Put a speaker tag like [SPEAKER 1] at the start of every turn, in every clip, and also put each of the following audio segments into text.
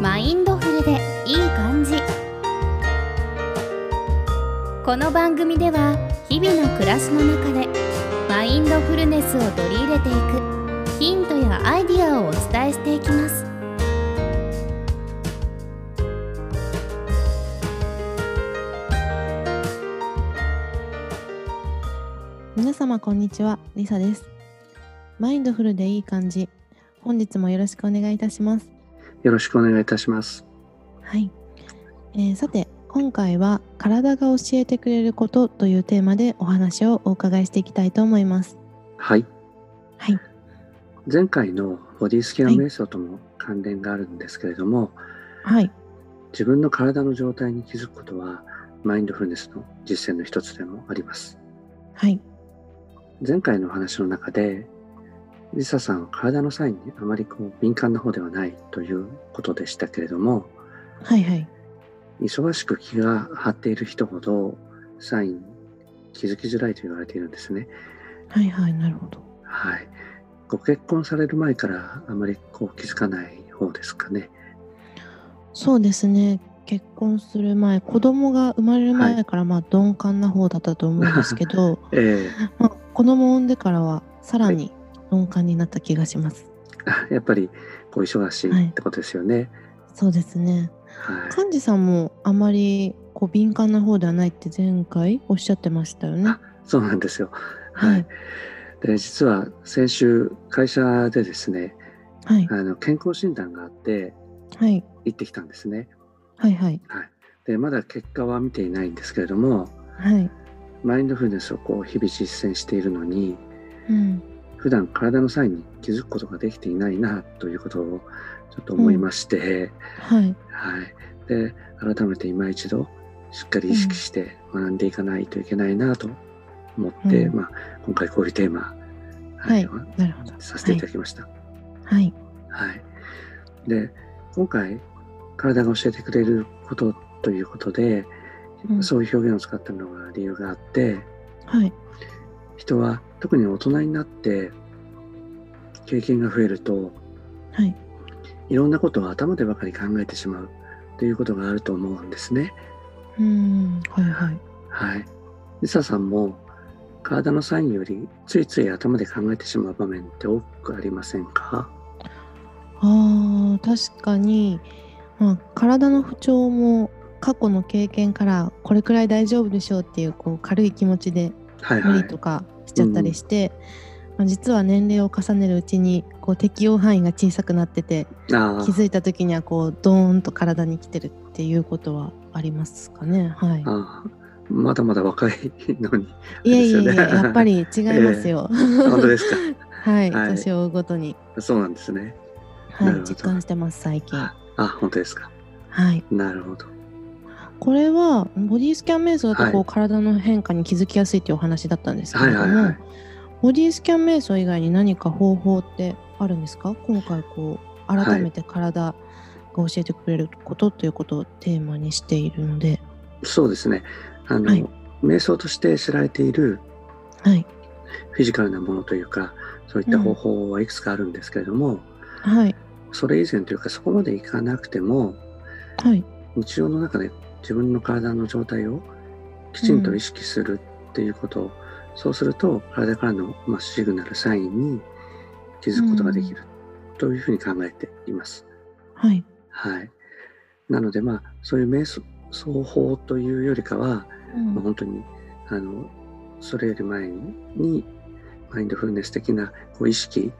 [SPEAKER 1] マインドフルでいい感じこの番組では日々の暮らしの中でマインドフルネスを取り入れていくヒントやアイディアをお伝えしていきます
[SPEAKER 2] 皆様こんにちは、リサです。マインドフルでいい感じ。本日もよろしくお願いいたします。
[SPEAKER 3] よろしくお願いいたします。
[SPEAKER 2] はい。えーさて、今回は体が教えてくれることというテーマでお話をお伺いしていきたいと思います。
[SPEAKER 3] はい。
[SPEAKER 2] はい。
[SPEAKER 3] 前回のボディスキャン瞑想とも関連があるんですけれども、
[SPEAKER 2] はい。
[SPEAKER 3] 自分の体の状態に気づくことは、マインドフルネスの実践の一つでもあります。
[SPEAKER 2] はい。
[SPEAKER 3] 前回のお話の中で、リサさんは体のサインにあまりこう敏感な方ではないということでしたけれども、
[SPEAKER 2] はいはい。
[SPEAKER 3] 忙しく気が張っている人ほどサインに気づきづらいと言われているんですね。
[SPEAKER 2] はいはい。なるほど。
[SPEAKER 3] はい。ご結婚される前からあまりこう気づかない方ですかね。
[SPEAKER 2] そうですね。結婚する前、子供が生まれる前からまあ鈍感な方だったと思うんですけど、
[SPEAKER 3] え
[SPEAKER 2] まあ、子供を産んでからはさらに鈍感になった気がします。
[SPEAKER 3] えやっぱりこう忙しいってことですよね。
[SPEAKER 2] そうですね。
[SPEAKER 3] はい。
[SPEAKER 2] 幹事さんもあまりこう敏感な方ではないって前回おっしゃってましたよね
[SPEAKER 3] あ。そうなんですよ。はい。
[SPEAKER 2] はい
[SPEAKER 3] で実は先週会社でですね、
[SPEAKER 2] はい
[SPEAKER 3] あの健康診断があって
[SPEAKER 2] はい
[SPEAKER 3] 行ってきたんですね。
[SPEAKER 2] はいはい
[SPEAKER 3] はい。でまだ結果は見ていないんですけれども、
[SPEAKER 2] はい。
[SPEAKER 3] マインドフルネスをこう日々実践しているのに。
[SPEAKER 2] うん
[SPEAKER 3] 普段体のサインに気づくことができていないなということをちょっと思いまして、
[SPEAKER 2] はい
[SPEAKER 3] はい、で改めて今一度しっかり意識して学んでいかないといけないなと思って、
[SPEAKER 2] うん
[SPEAKER 3] まあ、今回こういうテーマ、
[SPEAKER 2] はいなるほど。
[SPEAKER 3] させていただきました。はい
[SPEAKER 2] はい
[SPEAKER 3] で今回体が教えてくれることということで、
[SPEAKER 2] うん
[SPEAKER 3] そういう表現を使ったのが理由があって
[SPEAKER 2] はい
[SPEAKER 3] 人は特に大人になって経験が増えると
[SPEAKER 2] はい
[SPEAKER 3] いろんなことを頭でばかり考えてしまうということがあると思うんですね。
[SPEAKER 2] うんはいはい
[SPEAKER 3] はい。リサさんも体のサインよりついつい頭で考えてしまう場面って多くありませんか
[SPEAKER 2] あー確かに、まあ、体の不調も過去の経験からこれくらい大丈夫でしょうっていうこう軽い気持ちで
[SPEAKER 3] はいは
[SPEAKER 2] 無
[SPEAKER 3] い
[SPEAKER 2] 理。とかしちゃったりして、まあ実は年齢を重ねるうちにこう適応範囲が小さくなってて
[SPEAKER 3] ああ
[SPEAKER 2] 気づいた時にはこうドーンと体に来てるっていうことはありますかねはい
[SPEAKER 3] ああまだまだ若い のに。
[SPEAKER 2] いえいえいえ、
[SPEAKER 3] ですよね
[SPEAKER 2] やっぱり違いますよ、
[SPEAKER 3] 本当です
[SPEAKER 2] はい、
[SPEAKER 3] はい
[SPEAKER 2] 年を追うごとに
[SPEAKER 3] か。そうなんですね。
[SPEAKER 2] は
[SPEAKER 3] なる
[SPEAKER 2] い
[SPEAKER 3] ほど
[SPEAKER 2] 実感してます最近
[SPEAKER 3] あ、あ本当ですか。
[SPEAKER 2] はい
[SPEAKER 3] なるほど。
[SPEAKER 2] これはボディスキャン瞑想だとこ
[SPEAKER 3] は
[SPEAKER 2] う
[SPEAKER 3] い
[SPEAKER 2] 体の変化に気づきやすいっていうお話だったんですけ
[SPEAKER 3] は
[SPEAKER 2] れ
[SPEAKER 3] い
[SPEAKER 2] ど
[SPEAKER 3] はい
[SPEAKER 2] も、
[SPEAKER 3] はい。
[SPEAKER 2] ボディスキャン瞑想以外に何か方法ってあるんですか今回こう改めて体が教えてくれることということをテーマにしているので
[SPEAKER 3] そうですね。あの、
[SPEAKER 2] はい
[SPEAKER 3] 瞑想として知られている
[SPEAKER 2] はい
[SPEAKER 3] フィジカルなものというか、そういった方法はいくつかあるんですけれども、
[SPEAKER 2] はい
[SPEAKER 3] それ以前というかそこまでいかなくても、
[SPEAKER 2] はい
[SPEAKER 3] 日常の中で自分の体の状態をきちんと意識するっていうこと、そうすると体からの、まあ、シグナルサインに気づくことができるというふうに考えています。
[SPEAKER 2] はい
[SPEAKER 3] はい。なのでまあそういう瞑想法というよりかは、
[SPEAKER 2] うん
[SPEAKER 3] まあ本当にあのそれより前にマインドフルネス的なこう意識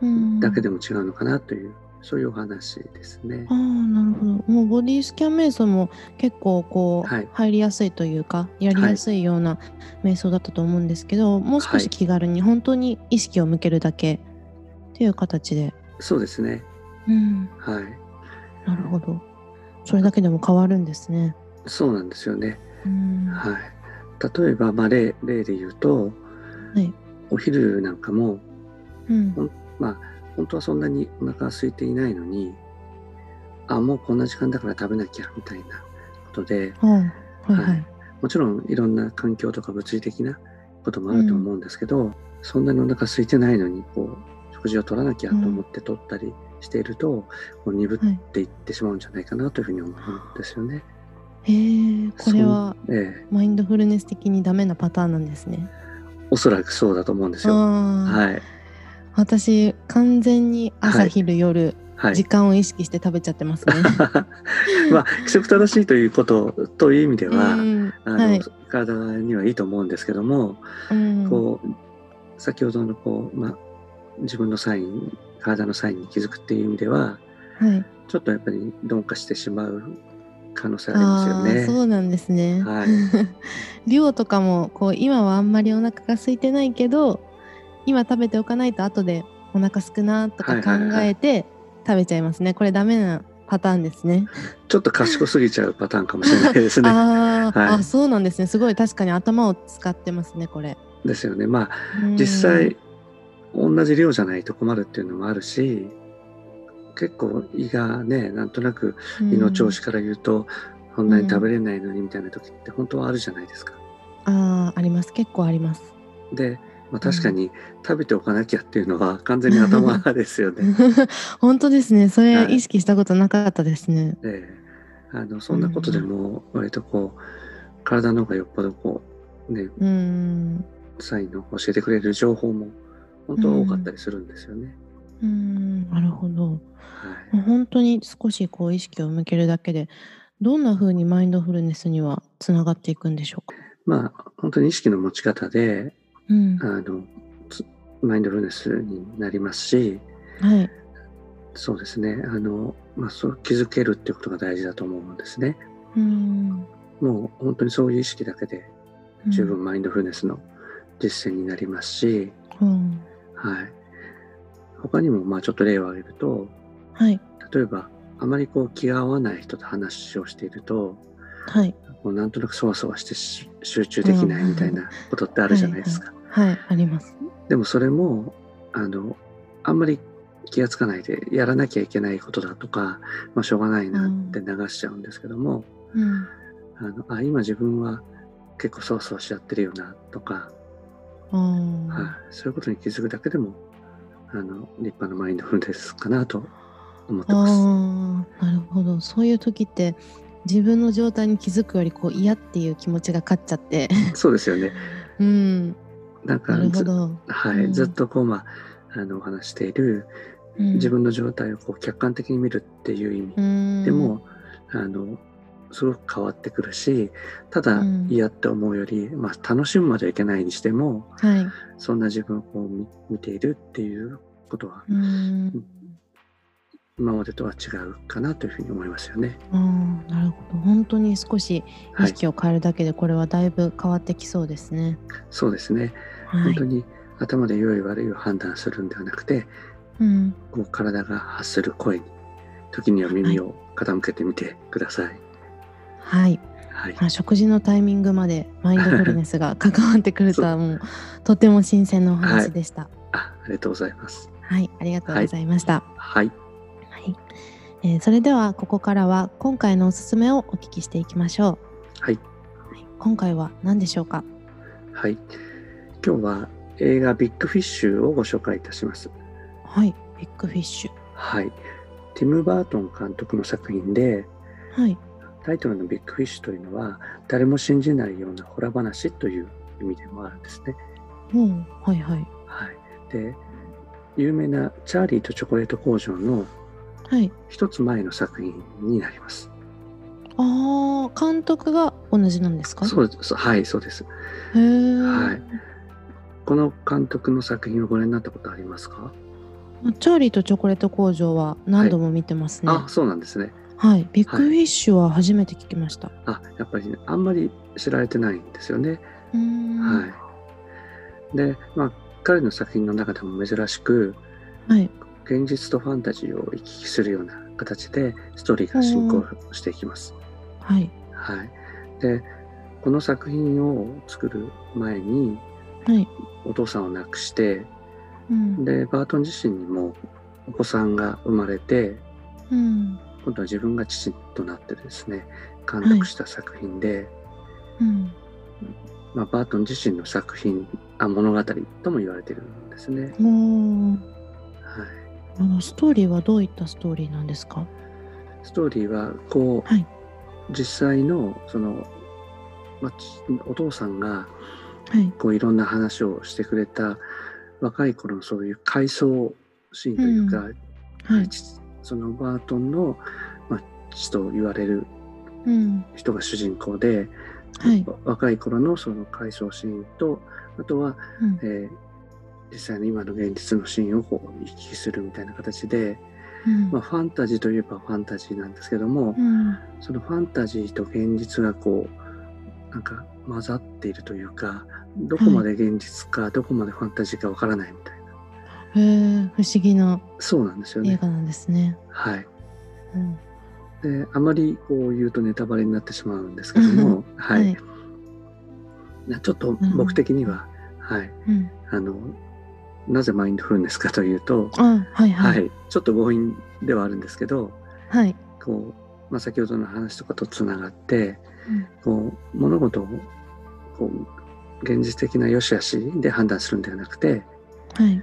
[SPEAKER 2] うん
[SPEAKER 3] だけでも違うのかなという、そういうお話ですね。
[SPEAKER 2] ああなるほどもうボディスキャン瞑想も結構こう、
[SPEAKER 3] はい
[SPEAKER 2] 入りやすいというかやりやすいような瞑想だったと思うんですけど、もう少
[SPEAKER 3] は
[SPEAKER 2] し
[SPEAKER 3] い
[SPEAKER 2] 気軽に本当に意識を向けるだけっていう形で、
[SPEAKER 3] そうですね。
[SPEAKER 2] うん、
[SPEAKER 3] はい。
[SPEAKER 2] なるほどそれだけでも変わるんですね。
[SPEAKER 3] そうなんですよね。
[SPEAKER 2] うんは
[SPEAKER 3] はい、例えば、まあ、例例で言うと
[SPEAKER 2] い、
[SPEAKER 3] お昼なんかも
[SPEAKER 2] うん
[SPEAKER 3] 本当はそんなにお腹は空いていないのにあもうこんな時間だから食べなきゃみたいなことで
[SPEAKER 2] ああはいは
[SPEAKER 3] はいいもちろんいろんな環境とか物理的なこともあると思うんですけど、そんなにお腹空いてないのにこう食事を取らなきゃと思って取ったりしているとこう鈍っ
[SPEAKER 2] はい
[SPEAKER 3] ていってしまうんじゃないかなというふうに思うんですよね。
[SPEAKER 2] へえこれは
[SPEAKER 3] そうえ
[SPEAKER 2] マインドフルネス的にダメなパターンなんですね。
[SPEAKER 3] えおそらくそうだと思うんですよ。
[SPEAKER 2] ああ、
[SPEAKER 3] はい
[SPEAKER 2] 私完全に朝
[SPEAKER 3] はい
[SPEAKER 2] 昼夜、
[SPEAKER 3] はい
[SPEAKER 2] 時間を意識して食べちゃって ますね。
[SPEAKER 3] まあ規則正しいということという意味では、
[SPEAKER 2] うん
[SPEAKER 3] あの
[SPEAKER 2] はい
[SPEAKER 3] 体にはいいと思うんですけども、
[SPEAKER 2] うん
[SPEAKER 3] こう先ほどのこう、まあ、自分のサイン体のサインに気づくっていう意味では
[SPEAKER 2] はい、
[SPEAKER 3] ちょっとやっぱり鈍化してしまう可能性あり
[SPEAKER 2] ああ
[SPEAKER 3] ますよね。
[SPEAKER 2] そうなんですね。
[SPEAKER 3] はい
[SPEAKER 2] 量とかもこう今はあんまりお腹が空いてないけど今食べておかないと後でお腹すくなとか
[SPEAKER 3] はい
[SPEAKER 2] 考
[SPEAKER 3] はいはい
[SPEAKER 2] えて食べちゃいますね。これダメなパターンです ね。
[SPEAKER 3] ちょっと賢すぎちゃうパターンかもしれないですね。
[SPEAKER 2] あー、
[SPEAKER 3] はい
[SPEAKER 2] あそうなんですね。すごい確かに頭を使ってますねこれ。
[SPEAKER 3] ですよね。まあ
[SPEAKER 2] うん
[SPEAKER 3] 実際同じ量じゃないと困るっていうのもあるし結構胃がねなんとなく胃の調子から言うと、こんなに食べれないのにみたいな時って本当はあるじゃないですか。
[SPEAKER 2] あああります結構あります。
[SPEAKER 3] で、まあ、確かに食べておかなきゃっていうのは完全に頭ですよね。
[SPEAKER 2] 本当ですねそ
[SPEAKER 3] は
[SPEAKER 2] れ
[SPEAKER 3] い
[SPEAKER 2] 意識したことなかったですね。
[SPEAKER 3] ええあのそんなことでも割とこう体の方がよっぽどこうね
[SPEAKER 2] うん
[SPEAKER 3] サインの教えてくれる情報も本当は多かったりするんですよね。
[SPEAKER 2] うんなるほど。
[SPEAKER 3] はい
[SPEAKER 2] 本当に少しこう意識を向けるだけでどんな風にマインドフルネスにはつながっていくんでしょうか、
[SPEAKER 3] まあ本当に意識の持ち方で
[SPEAKER 2] うん
[SPEAKER 3] あのつマインドフルネスになりますし
[SPEAKER 2] はい
[SPEAKER 3] そうですねあの、まあ、そう気づけるっていうことが大事だと思うんですね。
[SPEAKER 2] うん
[SPEAKER 3] もう本当にそういう意識だけで十分マインドフルネスの実践になりますし、
[SPEAKER 2] うん
[SPEAKER 3] はい、他にもまあちょっと例を挙げると
[SPEAKER 2] はい
[SPEAKER 3] 例えばあまりこう気が合わない人と話をしていると
[SPEAKER 2] はい
[SPEAKER 3] もうなんとなくそわそわしてし集中できないみたいなことってあるじゃないですか。
[SPEAKER 2] はいあります
[SPEAKER 3] でもそれもあのあんまり気がつかないでやらなきゃいけないことだとか、まあ、しょうがないなって流しちゃうんですけども、
[SPEAKER 2] うん
[SPEAKER 3] あのあ今自分は結構そわそわしちゃってるよなとか、はい
[SPEAKER 2] あ、
[SPEAKER 3] そういうことに気づくだけでもあの立派なマインドフルネスかなと思っ
[SPEAKER 2] あ
[SPEAKER 3] てます。
[SPEAKER 2] あーなるほどそういう時って自分の状態に気づくよりこう嫌っていう気持ちが勝っちゃって
[SPEAKER 3] そうですよね。
[SPEAKER 2] うん
[SPEAKER 3] なんか
[SPEAKER 2] なるほ
[SPEAKER 3] ず,、
[SPEAKER 2] ど、
[SPEAKER 3] はい
[SPEAKER 2] うん
[SPEAKER 3] ずっとこう、まあ、あのお話ししている
[SPEAKER 2] うん
[SPEAKER 3] 自分の状態をこう客観的に見るっていう意味
[SPEAKER 2] うん
[SPEAKER 3] でも、あのすごく変わってくるしただ
[SPEAKER 2] うん
[SPEAKER 3] 嫌って思うより、まあ、楽しむまではいけないにしても
[SPEAKER 2] はい
[SPEAKER 3] そんな自分をこう見見ているっていうことは
[SPEAKER 2] うん
[SPEAKER 3] 今までとは違うかなというふうに思いますよね。
[SPEAKER 2] あーなるほど本当に少し意
[SPEAKER 3] はい、
[SPEAKER 2] 識を変えるだけでこれはだいぶ変わってきそうですね。
[SPEAKER 3] そうですね。
[SPEAKER 2] は
[SPEAKER 3] 本
[SPEAKER 2] い
[SPEAKER 3] 当。に頭で良い悪いを判断するんではなくて、
[SPEAKER 2] うん、
[SPEAKER 3] こう体が発する声に時には耳を傾けてみてください。
[SPEAKER 2] はい。
[SPEAKER 3] はい、
[SPEAKER 2] まあ食事のタイミングまでマインドフルネスが関わってくるとはもうとても新鮮なお話でした。
[SPEAKER 3] あ、ありがとうございます。
[SPEAKER 2] はい、ありがとうございました。
[SPEAKER 3] はい、
[SPEAKER 2] はい。えーそれではここからは今回のおすすめをお聞きしていきましょう。
[SPEAKER 3] はい
[SPEAKER 2] はい。今回は何でしょうか。
[SPEAKER 3] はい。今日は映画ビッグフィッシュをご紹介いたします。
[SPEAKER 2] はい。ビッグフィッシュ。
[SPEAKER 3] はい。ティム・バートン監督の作品で、
[SPEAKER 2] はい。
[SPEAKER 3] タイトルのビッグフィッシュというのは、誰も信じないようなホラ話という意味でもあるんですね。
[SPEAKER 2] うん。はいはい。
[SPEAKER 3] はい。で、有名なチャーリーとチョコレート工場の
[SPEAKER 2] はい。
[SPEAKER 3] 一つ前の作品になります。
[SPEAKER 2] ああ、監督が同じなんですか。
[SPEAKER 3] そうです。はい、そうです。
[SPEAKER 2] へえ。
[SPEAKER 3] はい。この監督の作品をご覧になったことありますか、
[SPEAKER 2] チャーリーとチョコレート工場は何度も見てますね。
[SPEAKER 3] あ
[SPEAKER 2] は、い、
[SPEAKER 3] そうなんですね。
[SPEAKER 2] ビッグフィッシュは初めて聞きました。
[SPEAKER 3] あ、やっぱりね、あんまり知られてないんですよね。
[SPEAKER 2] うーんはい、
[SPEAKER 3] はい。で、まあ、彼の作品の中でも珍しく、
[SPEAKER 2] はい、
[SPEAKER 3] 現実とファンタジーを行き来するような形で、ストーリーが進行していきます。
[SPEAKER 2] はい、
[SPEAKER 3] はい。で、この作品を作る前に、お父さんを亡くして、
[SPEAKER 2] うん、
[SPEAKER 3] で、バートン自身にもお子さんが生まれて、
[SPEAKER 2] うん、
[SPEAKER 3] 今度は自分が父となってですね監督した作品で、
[SPEAKER 2] うん、
[SPEAKER 3] まあ、バートン自身の作品あ物語とも言われているんですね。
[SPEAKER 2] もう、
[SPEAKER 3] はい、
[SPEAKER 2] あのストーリーはどういったストーリーなんですか
[SPEAKER 3] ストーリーはこう、
[SPEAKER 2] はい
[SPEAKER 3] 実際のその、まあちお父さんが
[SPEAKER 2] はい。
[SPEAKER 3] こういろんな話をしてくれた若い頃のそういう回想シーンというか、
[SPEAKER 2] はい。
[SPEAKER 3] 父そのバートンの、まあ、父と言われる
[SPEAKER 2] うん。
[SPEAKER 3] 人が主人公で、
[SPEAKER 2] はい。
[SPEAKER 3] わ若い頃のその回想シーンとあとは、
[SPEAKER 2] うん
[SPEAKER 3] えー実際の今の現実のシーンをこう行き来するみたいな形で、
[SPEAKER 2] うん
[SPEAKER 3] まあ、ファンタジーといえばファンタジーなんですけども、
[SPEAKER 2] うん。
[SPEAKER 3] そのファンタジーと現実がこうなんか混ざっているというかどこまで現実か、どこまでファンタジーかわからないみたい
[SPEAKER 2] へ
[SPEAKER 3] な
[SPEAKER 2] え、不思議な
[SPEAKER 3] そうなんですよ
[SPEAKER 2] 映
[SPEAKER 3] ね。
[SPEAKER 2] 画なんですね。
[SPEAKER 3] はい、
[SPEAKER 2] うん
[SPEAKER 3] であまりこう言うとネタバレになってしまうんですけども、はい
[SPEAKER 2] はい
[SPEAKER 3] なちょっと僕的には、はい、
[SPEAKER 2] うん。
[SPEAKER 3] あのなぜマインドフルネスかというと、
[SPEAKER 2] あ、はい
[SPEAKER 3] は
[SPEAKER 2] はい。
[SPEAKER 3] い、ちょっと強引ではあるんですけど
[SPEAKER 2] はい。
[SPEAKER 3] こう、まあ、先ほどの話とかとつながって
[SPEAKER 2] うん
[SPEAKER 3] こう物事をこう現実的な良し悪しで判断するんではなくて
[SPEAKER 2] はい。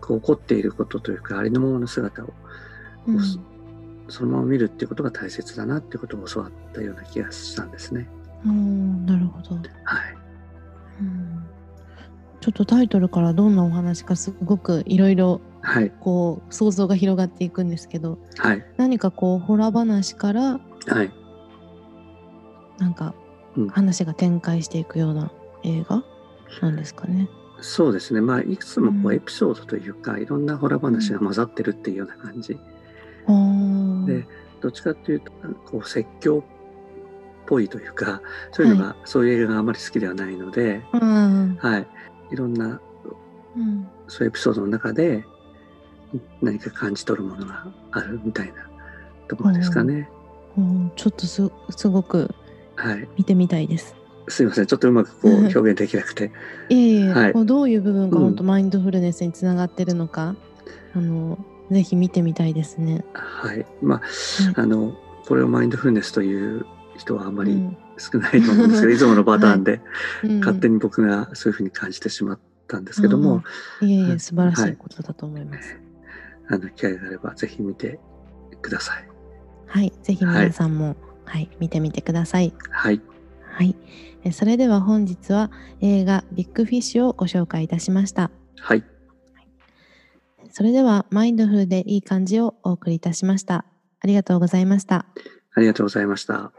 [SPEAKER 3] こう起こっていることというかありのままの姿を
[SPEAKER 2] うん
[SPEAKER 3] そそのまま見るっていうことが大切だなっていうことを教わったような気がしたんですね。
[SPEAKER 2] うん。なるほど。
[SPEAKER 3] はい、
[SPEAKER 2] うんちょっとタイトルからどんなお話かすごくいろいろ
[SPEAKER 3] はい、
[SPEAKER 2] こう想像が広がっていくんですけど
[SPEAKER 3] はい、
[SPEAKER 2] 何かこうホラー話から
[SPEAKER 3] はい、
[SPEAKER 2] なんか
[SPEAKER 3] うん
[SPEAKER 2] 話が展開していくような映画なんですかね。
[SPEAKER 3] そうですね、まあ、いくつもこ
[SPEAKER 2] う
[SPEAKER 3] うんエピソードというか、いろんなホラー話が混ざってるっていうような感じ
[SPEAKER 2] あー
[SPEAKER 3] でどっちかっていうとこう説教っぽいというかそういうのが、そういう映画があまり好きではないので、
[SPEAKER 2] うん
[SPEAKER 3] はい、いろんな
[SPEAKER 2] うん
[SPEAKER 3] そういうエピソードの中で何か感じ取るものがあるみたいなところですかね。
[SPEAKER 2] うんちょっとすすごく
[SPEAKER 3] はい、
[SPEAKER 2] 見てみたいです。
[SPEAKER 3] すいませんちょっとうまくこう表現できなくて
[SPEAKER 2] いえいえ、
[SPEAKER 3] はい
[SPEAKER 2] こうどういう部分が
[SPEAKER 3] うん
[SPEAKER 2] 本当マインドフルネスにつながってるのか、あのぜひ見てみたいですね。
[SPEAKER 3] はいまああのこれをマインドフルネスという人はあんま
[SPEAKER 2] う
[SPEAKER 3] り
[SPEAKER 2] ん
[SPEAKER 3] 少ないと思うんですけど、いつものパターンで
[SPEAKER 2] うん
[SPEAKER 3] 勝手に僕がそういうふうに感じてしまったんですけども、
[SPEAKER 2] いえい
[SPEAKER 3] は
[SPEAKER 2] え
[SPEAKER 3] い
[SPEAKER 2] 素晴らしいことだと思います。
[SPEAKER 3] あの機会があればぜひ見てください。
[SPEAKER 2] はい、ぜひ皆さんも、はい、見てみてください。
[SPEAKER 3] はい、
[SPEAKER 2] はい、えそれでは本日は映画ビッグフィッシュをご紹介いたしました。
[SPEAKER 3] はい、
[SPEAKER 2] それではマインドフルでいい感じをお送りいたしました。ありがとうございました。
[SPEAKER 3] ありがとうございました。